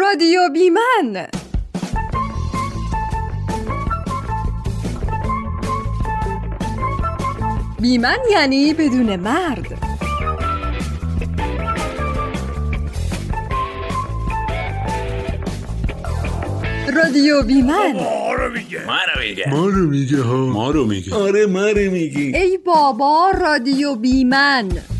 رادیو بی من بی من یعنی بدون مرد رادیو بی من ما رو میگه ما رو میگه ها ما رو میگه آره ما رو میگی ای بابا رادیو بی من